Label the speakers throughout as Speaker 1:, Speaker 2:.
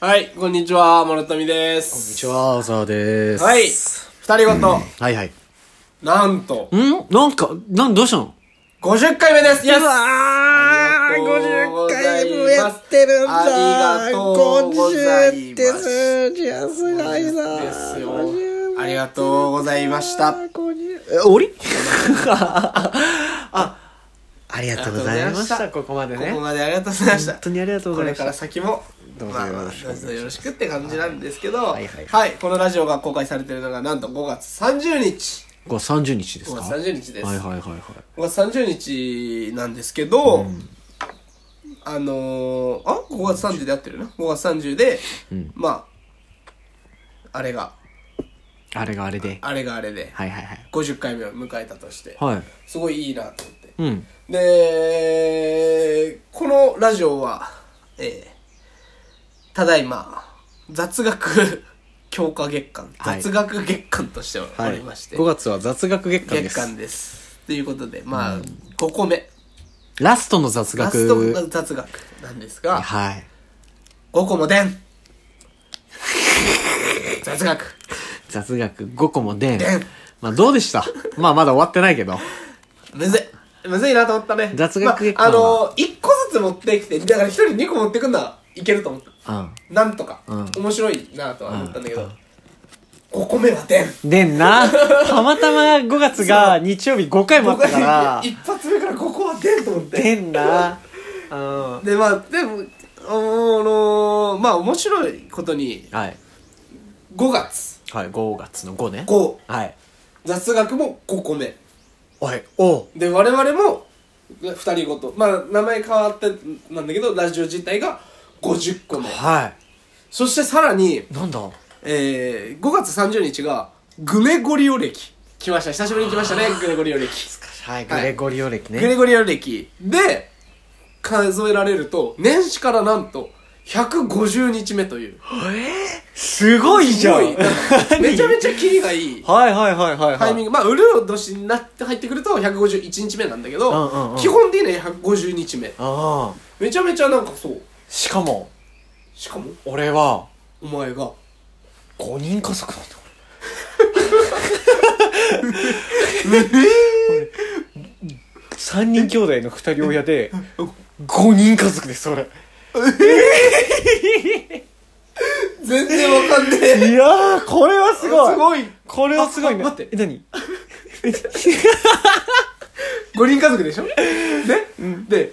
Speaker 1: はい、こんにちは、諸富です。
Speaker 2: こんにちは、小沢でーす。
Speaker 1: はい、二人ごと、
Speaker 2: はいはい。
Speaker 1: なんと、
Speaker 2: んなんか、なん、どうしたの
Speaker 1: 50回目ですイエス
Speaker 2: わ
Speaker 1: 50回もやってるんだ50って数
Speaker 2: 字はすごい
Speaker 1: ですよ。ありがとうございました。
Speaker 2: え、おり あ、ありがとうございまし
Speaker 1: あ
Speaker 2: た、
Speaker 1: りがと
Speaker 2: ここまでね。
Speaker 1: ここ
Speaker 2: 本
Speaker 1: までありがとうございました。
Speaker 2: 当にありがとうご
Speaker 1: こ
Speaker 2: ざ
Speaker 1: れ
Speaker 2: いまし
Speaker 1: から
Speaker 2: た。
Speaker 1: 先も、
Speaker 2: どうぞ
Speaker 1: まあ
Speaker 2: よろしくお願いします
Speaker 1: よろしくって感じなんですけど、
Speaker 2: いはい
Speaker 1: はい、このラジオが公開されてるのが、なんと5月30日。
Speaker 2: ここ30日です
Speaker 1: 5
Speaker 2: か
Speaker 1: 月30日です。
Speaker 2: はいはいはいはい。
Speaker 1: 5月30日なんですけど、あのー、あ ?5 月30で合ってるな ?5 月30で、
Speaker 2: うん
Speaker 1: まあ、あれが、
Speaker 2: あれがあれで。
Speaker 1: あれがあれで、
Speaker 2: はいはいはい。
Speaker 1: 50回目を迎えたとして、
Speaker 2: はい。
Speaker 1: すごいいいなと思って。
Speaker 2: うん。
Speaker 1: で、このラジオは、えー、ただいま、雑学 強化月間、
Speaker 2: はい
Speaker 1: 雑学月間としてお
Speaker 2: はい。
Speaker 1: りまして、
Speaker 2: 5月は雑学月間で
Speaker 1: 月
Speaker 2: す。
Speaker 1: 間です。ということで、まあ、5個目。
Speaker 2: ラストの雑
Speaker 1: ラ
Speaker 2: 学。
Speaker 1: スト雑学なんですが、
Speaker 2: はい。
Speaker 1: 5個もでん雑学
Speaker 2: 雑学5個もでん
Speaker 1: でん。
Speaker 2: まあどうで したまあまだ終わってないけど。
Speaker 1: むずいむずいなと思ったね
Speaker 2: 雑学結
Speaker 1: まあ、
Speaker 2: 果
Speaker 1: あ
Speaker 2: は
Speaker 1: の1個ずつ持ってきてだから1人2個持ってくんないけると思った
Speaker 2: う
Speaker 1: なんとか、
Speaker 2: うん
Speaker 1: 面白いなとは思ったんだけど、5個目はでん
Speaker 2: ん。でんな。たまたま5月が日曜日5回もあったから。
Speaker 1: 一発目からここはでんと思って
Speaker 2: でんな。うん。
Speaker 1: でまあでもあのまあ面白いことに
Speaker 2: はい。
Speaker 1: 5月
Speaker 2: はい、5月の5ね。
Speaker 1: 5
Speaker 2: はい。
Speaker 1: 雑学も5個目
Speaker 2: はい、おう。
Speaker 1: で我々も2人ごとまあ名前変わってなんだけどラジオ自体が50個目
Speaker 2: は
Speaker 1: そしてさらに、
Speaker 2: い。なんだは
Speaker 1: えー、5月30日がグレゴリオ歴来ました久しぶりに来ましたねグレゴリオ歴
Speaker 2: い、グレゴリオ歴
Speaker 1: グレ
Speaker 2: ね。
Speaker 1: ゴリオ歴で数えられると年始からなんと150日目という
Speaker 2: すごいじゃん。
Speaker 1: すごい なんかめちゃめちゃキリがいい
Speaker 2: はいはいはいはい。
Speaker 1: タイミン
Speaker 2: グ。
Speaker 1: グまあウルオ年になって入ってくると151日目なんだけど、
Speaker 2: うんうんうん
Speaker 1: 基本的には150日目
Speaker 2: ああ。
Speaker 1: めちゃめちゃなんかそう
Speaker 2: しかも、
Speaker 1: しかも
Speaker 2: 俺は、
Speaker 1: お前が
Speaker 2: 5人家族なんだ。3人兄弟の2人親で5人家族です俺
Speaker 1: 全然わかんねえ
Speaker 2: いやーこれはすごい
Speaker 1: すごい
Speaker 2: これはすごい
Speaker 1: あ
Speaker 2: ね
Speaker 1: 待って
Speaker 2: え何
Speaker 1: 5人家族でしょね、で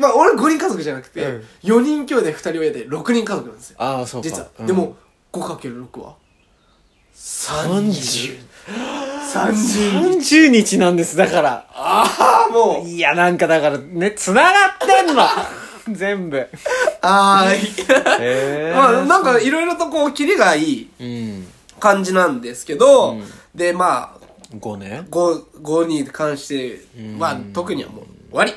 Speaker 1: まあ俺5人家族じゃなくて、
Speaker 2: うん
Speaker 1: 4人兄弟2人親で6人家族なんですよ
Speaker 2: ああそうか
Speaker 1: 実は、でも 5×6 は
Speaker 2: 3030
Speaker 1: 30
Speaker 2: 日なんですだから
Speaker 1: ああもう
Speaker 2: いやなんかだからね繋がってん の全部
Speaker 1: ああ
Speaker 2: え
Speaker 1: まあなんかいろいろとこうキリがいい
Speaker 2: うん
Speaker 1: 感じなんですけど、でまあ
Speaker 2: 5ね
Speaker 1: 5 5に関しては、特にはもう終わり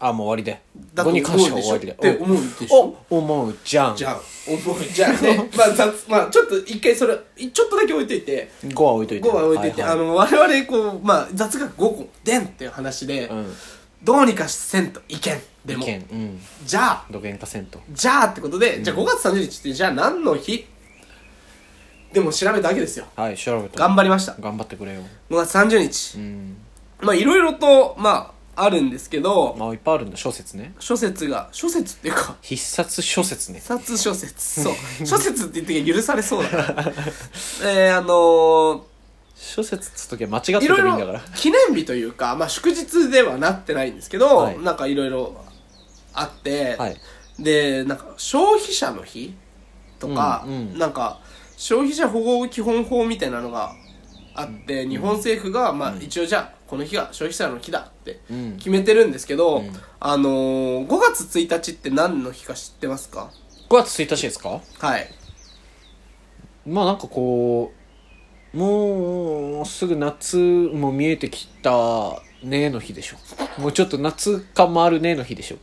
Speaker 2: あもう終わりで
Speaker 1: だと
Speaker 2: 5
Speaker 1: 思
Speaker 2: に
Speaker 1: う
Speaker 2: 関しては
Speaker 1: で
Speaker 2: 終
Speaker 1: しょ
Speaker 2: わ
Speaker 1: っ
Speaker 2: りで
Speaker 1: て思うでしょ
Speaker 2: お思うじゃん
Speaker 1: じゃあ、思う。じゃあ ね、まあ、雑、まあ、ちょっと一回それ、いちょっとだけ置いといて、
Speaker 2: 5は置いといて
Speaker 1: 5は置いといて、
Speaker 2: はは
Speaker 1: あの、我々、こう、まあ、雑学5個、でんっていう話で、
Speaker 2: うん
Speaker 1: どうにかせんといけん。で
Speaker 2: 意
Speaker 1: も、
Speaker 2: 見うん
Speaker 1: じゃあ、
Speaker 2: 土源化せんと
Speaker 1: じゃあってことで、じゃあ5月30日って、じゃあ何の日でも調べたわけですよ。
Speaker 2: はい調べた
Speaker 1: 頑張りました。
Speaker 2: 頑張ってくれよ
Speaker 1: 5月30日
Speaker 2: う。ん
Speaker 1: まあ、いろいろと、まあ、あるんですけど、
Speaker 2: まあいっぱいあるんだ小説ね
Speaker 1: 諸説が、諸説っていうか、
Speaker 2: 必殺小説ね
Speaker 1: 殺諸説。 そう。諸説って言って許されそうだな。えー、あのー、
Speaker 2: 小説っつっときは間違ってても
Speaker 1: い
Speaker 2: いい
Speaker 1: ろい
Speaker 2: んだ
Speaker 1: ろ
Speaker 2: から
Speaker 1: 記念日というか、まあ、祝日ではなってないんですけど、
Speaker 2: はい
Speaker 1: なんかいろいろあって、
Speaker 2: はい
Speaker 1: でなんか消費者の日とか、
Speaker 2: うんうん
Speaker 1: なんか消費者保護基本法みたいなのがあって、日本政府が、まあ、一応じゃあこの日が消費者の日だって
Speaker 2: うん
Speaker 1: 決めてるんですけど、
Speaker 2: ん
Speaker 1: あのー、5月1日って何の日か知ってますか
Speaker 2: 5月1日ですか
Speaker 1: はい
Speaker 2: まあなんかこうもうすぐ夏も見えてきたねの日でしょもうちょっと夏感もあるねの日で しょ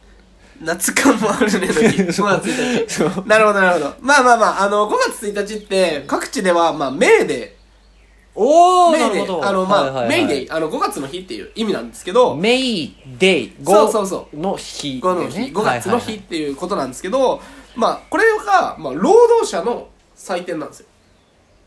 Speaker 1: 夏感もあるねの日 5月1日
Speaker 2: そう
Speaker 1: なるほど、なるほど。まあまあまあ、あの、5月1日って、各地では、まあ、メーデー
Speaker 2: おー
Speaker 1: メイ
Speaker 2: なる
Speaker 1: デ
Speaker 2: ほど
Speaker 1: イあのまあ、
Speaker 2: はいはいはい
Speaker 1: メイデイあの5月の日っていう意味なんですけど
Speaker 2: メイデイ
Speaker 1: そうそうそ
Speaker 2: 5の日
Speaker 1: 5の日、
Speaker 2: ね
Speaker 1: 5月の
Speaker 2: はいはい
Speaker 1: 日
Speaker 2: は
Speaker 1: っ
Speaker 2: い
Speaker 1: ていうことなんですけど、まあこれが、まあ、労働者の祭典なんですよ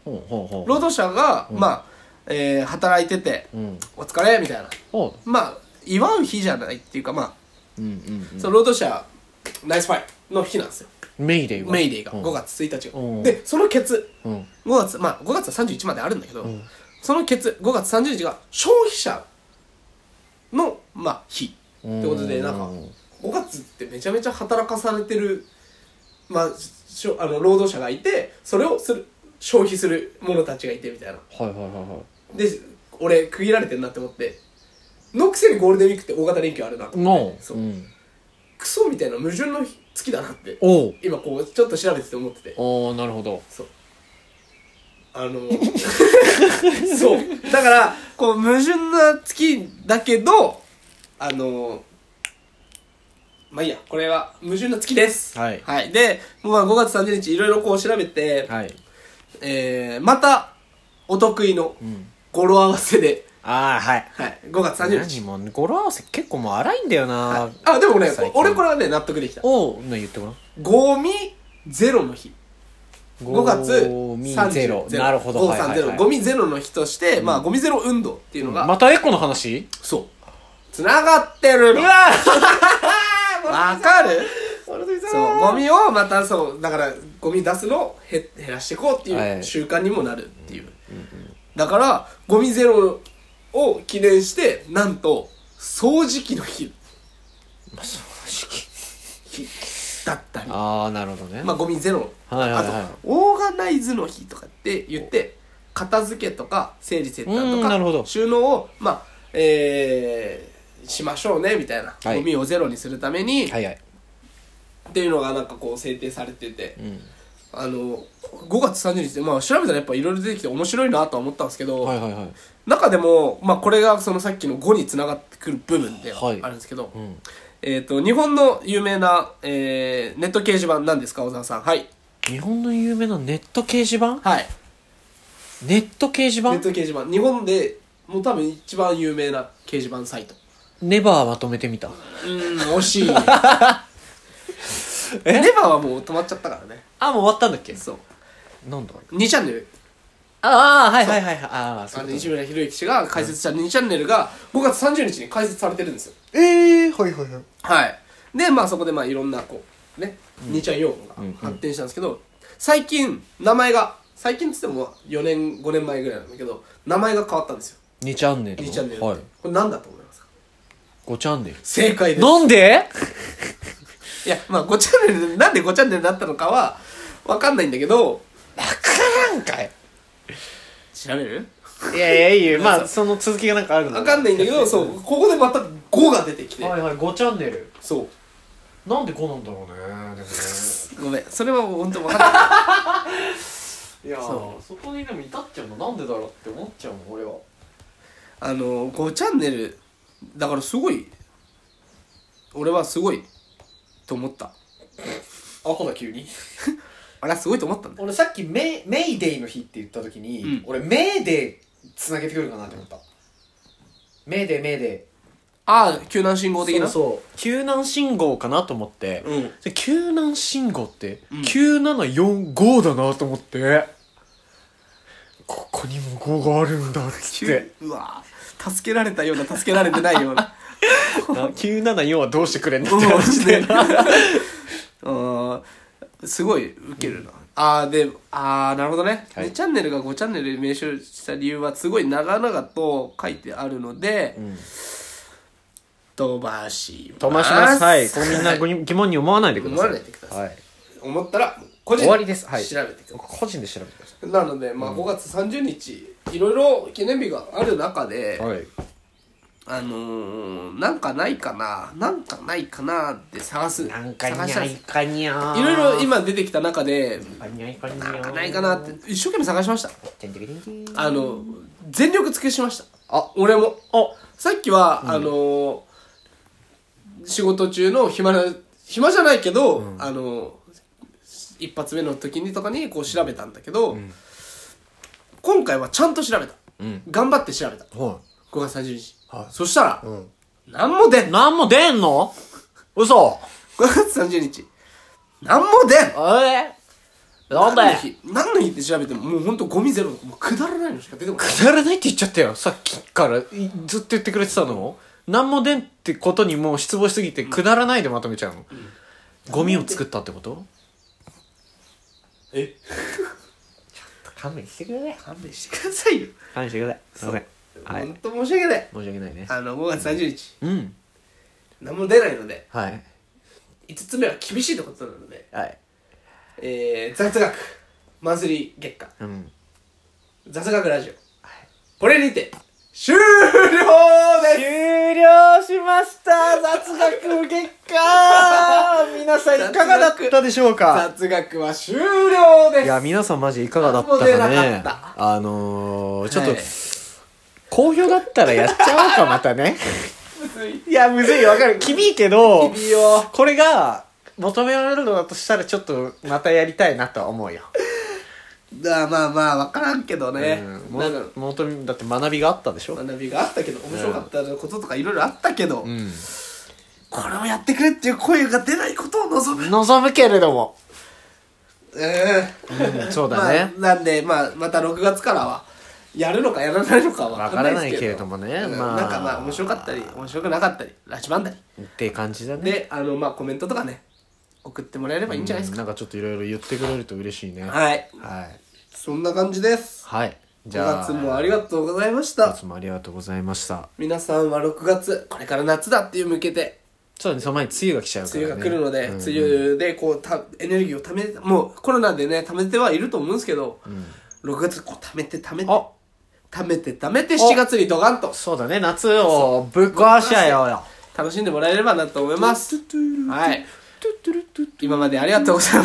Speaker 2: ほうほうほう
Speaker 1: 労働者が、
Speaker 2: うん
Speaker 1: まあ、えー働いてて
Speaker 2: うん
Speaker 1: お疲れみたいな
Speaker 2: ほ
Speaker 1: まあ祝う日じゃないっていうかまあ、
Speaker 2: ううんうんうん
Speaker 1: その労働者ナイスファイの日なんですよ
Speaker 2: メイデイは
Speaker 1: メイデイが
Speaker 2: うん
Speaker 1: 5月1日が、
Speaker 2: うん
Speaker 1: でそのケツ
Speaker 2: うん
Speaker 1: 5月まあ5月は31まであるんだけど、
Speaker 2: うん
Speaker 1: そのケツ5月30日が消費者のまあ日ってことでなんか
Speaker 2: うん
Speaker 1: 5月ってめちゃめちゃ働かされてるまあしょあの労働者がいてそれをする消費する者たちがいてみたいな
Speaker 2: はいはいはいは
Speaker 1: で俺区切られてるなって思ってのくせにゴールデンウィークって大型連休あるなと
Speaker 2: い
Speaker 1: 思っ
Speaker 2: の
Speaker 1: て、そううんクソみたいな矛盾の月だなって
Speaker 2: おう
Speaker 1: 今こうちょっと調べてて思ってて
Speaker 2: おーなるほど
Speaker 1: そうあのそうだからこう矛盾な月だけどあのまあいいやこれは矛盾な月です
Speaker 2: はい
Speaker 1: はい、で、まあ、5月30日いろいろこう調べて、
Speaker 2: はい
Speaker 1: えー、またお得意の
Speaker 2: うん
Speaker 1: 語呂合わせで、
Speaker 2: ああはい
Speaker 1: はい、5月30日
Speaker 2: 何も語呂合わせ結構もう荒いんだよな
Speaker 1: はいあでもね
Speaker 2: 最近
Speaker 1: 俺これはね納得できた
Speaker 2: おうな言ってごらん
Speaker 1: ゴミゼロの日5月
Speaker 2: ゴミ
Speaker 1: 30
Speaker 2: ゼロなるほど
Speaker 1: 530、ゴミゼロの日として、まあゴミゼロ運動っていうのが、
Speaker 2: またエコの話
Speaker 1: そうつながってるの
Speaker 2: わ
Speaker 1: わかる
Speaker 2: そう
Speaker 1: そうゴミをまたそうだからゴミ出すのを減減らしていこうって
Speaker 2: はい
Speaker 1: いう習慣にもなるっていう、だからゴミゼロを記念してなんと掃除機の日
Speaker 2: まあ正直
Speaker 1: 日だったり
Speaker 2: ああなるほどね
Speaker 1: まあ、ゴミゼロ、
Speaker 2: はいはいはい
Speaker 1: あとオーガナイズの日とかって言って片付けとか整理整
Speaker 2: う
Speaker 1: 頓
Speaker 2: んなるほ
Speaker 1: と
Speaker 2: ど
Speaker 1: か収納をまあえー、しましょうねみたいな、
Speaker 2: はい
Speaker 1: ゴミをゼロにするために、
Speaker 2: はいはい
Speaker 1: っていうのがなんかこう制定されてて、
Speaker 2: ん
Speaker 1: あの5月30日で、まあ、調べたらやっぱいろいろ出てきて面白いなとは思ったんですけど、
Speaker 2: はいはいはい
Speaker 1: 中でも、まあ、これがそのさっきの5につながってくる部分では
Speaker 2: はい
Speaker 1: あるんですけど、
Speaker 2: うん
Speaker 1: えっ、と日本の有名な、えー、ネット掲示板なんですか小沢さんはい
Speaker 2: 日本の有名なネット掲示板
Speaker 1: はい
Speaker 2: ネット掲示
Speaker 1: ネット
Speaker 2: 板
Speaker 1: 掲示板日本でもう多分一番有名な掲示板サイト
Speaker 2: ネバーまとめてみた
Speaker 1: うーん惜し いね
Speaker 2: え
Speaker 1: レバーはもう止まっちゃったからね
Speaker 2: あもう終わったんだっけ
Speaker 1: そう
Speaker 2: なんだ
Speaker 1: 2チャンネル
Speaker 2: ああはいはいはいはいああそ
Speaker 1: あ
Speaker 2: う
Speaker 1: の
Speaker 2: いう
Speaker 1: 西村博之氏が解説した2チャンネルが5月30日に開設されてるんですよ
Speaker 2: ええはいはいはい
Speaker 1: はいでまあそこでまあいろんなこうね2ちゃん用語が
Speaker 2: うん
Speaker 1: 発展したんですけど最近名前が最近っつっても4年5年前ぐらいなんだけど名前が変わったんですよ
Speaker 2: 2チャンネルの
Speaker 1: 2チャンネルって、
Speaker 2: はい
Speaker 1: これ何だと思いますか
Speaker 2: 5チャンネル
Speaker 1: 正解です
Speaker 2: なんで
Speaker 1: いや、まあ、5チャンネル、なんで5チャンネルになったのかは、わかんないんだけど、
Speaker 2: なんかい
Speaker 1: 調べる
Speaker 2: いやいやいいよまあその続きがなんかある
Speaker 1: わかんないんだけど、そう、ここでまた5が出てきて、
Speaker 2: はいはい5チャンネル
Speaker 1: そ
Speaker 2: なんでこうなんだろうねでもね
Speaker 1: う。ごめん、それは本当わかんない。
Speaker 2: いや
Speaker 1: そ
Speaker 2: そこにでも至っちゃうのなんでだろうって思っちゃうの俺は
Speaker 1: あの、5チャンネル、だからすごい、俺はすごい、と思った。
Speaker 2: アホだ急に
Speaker 1: あれはすごいと思ったんだよ。
Speaker 2: 俺さっきメイメイデイの日って言った時に、
Speaker 1: うん
Speaker 2: 俺メイデイつなげてくるかなって思ったメイデイメイデ
Speaker 1: ああ、救難信号
Speaker 2: イ
Speaker 1: 的な。
Speaker 2: そうそう救難信号かなと思って、
Speaker 1: うん。
Speaker 2: で救難信号って
Speaker 1: うん
Speaker 2: 9745だなと思って、ここにも5があるんだっつっ
Speaker 1: 急
Speaker 2: て
Speaker 1: うわぁ助けられたような、助けられてないような。
Speaker 2: な974はどうしてくれんだって
Speaker 1: そう
Speaker 2: 話
Speaker 1: し
Speaker 2: で
Speaker 1: てすごいウケるな、ああでああなるほどね、
Speaker 2: はい
Speaker 1: 2チャンネルが5チャンネルで名称した理由はすごい長々と書いてあるので、
Speaker 2: ん
Speaker 1: 飛ばし
Speaker 2: 飛ばしますはいこ
Speaker 1: こ
Speaker 2: れみんなごに疑問に思わないでください
Speaker 1: 思わないでください
Speaker 2: はい、
Speaker 1: 思ったら個人
Speaker 2: 終わりですはい
Speaker 1: 調べてくださ
Speaker 2: 個人で調べてくださ
Speaker 1: いなので、まあ、5月30日いろいろ記念日がある中で、
Speaker 2: いはい
Speaker 1: あのー、なんかないかななんかないかなって探す
Speaker 2: なんか
Speaker 1: 探し
Speaker 2: に
Speaker 1: た
Speaker 2: ゃ
Speaker 1: ん
Speaker 2: い
Speaker 1: です
Speaker 2: かにゃー
Speaker 1: いろいろ今出てきた中で
Speaker 2: なんかにゃいかにゃ
Speaker 1: なん
Speaker 2: ー
Speaker 1: かないかなって一生懸命探しました
Speaker 2: てんてけてんてん
Speaker 1: あの全力尽くしました
Speaker 2: あ
Speaker 1: 俺も
Speaker 2: あ
Speaker 1: さっきは、あの仕事中の暇な暇じゃないけど、あの一発目の時にとかにこう調べたんだけど、今回はちゃんと調べた
Speaker 2: うん
Speaker 1: 頑張って調べた。
Speaker 2: は
Speaker 1: 5月30日。
Speaker 2: はい
Speaker 1: そしたら
Speaker 2: い、うん
Speaker 1: なんも出ん。5
Speaker 2: 何も出んの嘘
Speaker 1: 月30日。なんも出ん。
Speaker 2: えー、な
Speaker 1: 何の
Speaker 2: んだよ
Speaker 1: 日何の日って調べても、もうほんとゴミゼロ。もうくだらないのしか出てこない。
Speaker 2: くだらないって言っちゃったよさっきからいずっと言ってくれてたの何も出んってことにもう失望しすぎてくだらないでまとめちゃうの、ゴミを作ったってこと
Speaker 1: え
Speaker 2: 勘弁してください
Speaker 1: 勘弁してくださいよ。
Speaker 2: 勘弁してくださいすいませんはい
Speaker 1: ほんと申し訳ない。
Speaker 2: 申し訳ないね
Speaker 1: あの、5月30日。
Speaker 2: うん
Speaker 1: 何も出ないので、
Speaker 2: はい
Speaker 1: 5つ目は厳しいってことなので、
Speaker 2: はい
Speaker 1: えー、雑学、マンスリー月間、
Speaker 2: うん
Speaker 1: 雑学ラジオ。これにて、終了です
Speaker 2: 終了しました雑学結果 皆さんいかがだったでしょうか
Speaker 1: 雑学は終了です
Speaker 2: いや皆さんマジいかがだった
Speaker 1: な
Speaker 2: か
Speaker 1: んも出
Speaker 2: ね
Speaker 1: なか
Speaker 2: あのー、ちょっと、
Speaker 1: はい
Speaker 2: 好評だったらやっちゃおうかまたね
Speaker 1: むずい
Speaker 2: いやむずいわかる厳いけど
Speaker 1: 厳いよ
Speaker 2: これが求められるのだとしたらちょっとまたやりたいなとは思うよ、
Speaker 1: まあまあまあ分からんけどね、
Speaker 2: うんも
Speaker 1: なんだろう
Speaker 2: 求めだって学びがあったでしょ
Speaker 1: 学びがあったけど面白かったこととかいろいろあったけど、
Speaker 2: うん
Speaker 1: これをやってくれっていう声が出ないことを望む
Speaker 2: 望むけれども、
Speaker 1: うん
Speaker 2: うん、そうだね、
Speaker 1: まあ、なんで、まあ、また6月からはやるのかやらないのかは
Speaker 2: わ
Speaker 1: 分から
Speaker 2: か
Speaker 1: ら
Speaker 2: な
Speaker 1: ないいで
Speaker 2: け
Speaker 1: すけど
Speaker 2: れどもね
Speaker 1: うん
Speaker 2: まあ
Speaker 1: なんかまあ面白かったり面白くなかったりラチバンだり
Speaker 2: って感じだね
Speaker 1: であのまあコメントとかね送ってもらえればいいんじゃないです
Speaker 2: うん
Speaker 1: か、
Speaker 2: なんかちょっといろいろ言ってくれると嬉しいねはい
Speaker 1: はいそんな感じです
Speaker 2: はいじゃ
Speaker 1: 5
Speaker 2: あ
Speaker 1: 月もありがとうございまし
Speaker 2: 5
Speaker 1: た
Speaker 2: 月もありがとうございました
Speaker 1: 皆さんは6月これから夏だっていう向けて
Speaker 2: そうだねその前に梅雨が来ちゃうから、
Speaker 1: 梅
Speaker 2: ね、
Speaker 1: 雨が来るので、
Speaker 2: うん
Speaker 1: 梅雨でこうたエネルギーをためもうコロナでねためてはいると思うんですけど、6月こうためてためて
Speaker 2: あ
Speaker 1: ためてためて7月にドガンと
Speaker 2: そうだね夏をぶっ壊しち ゃよよ
Speaker 1: 楽しんでもらえればなと思いますはい今までありがとうございました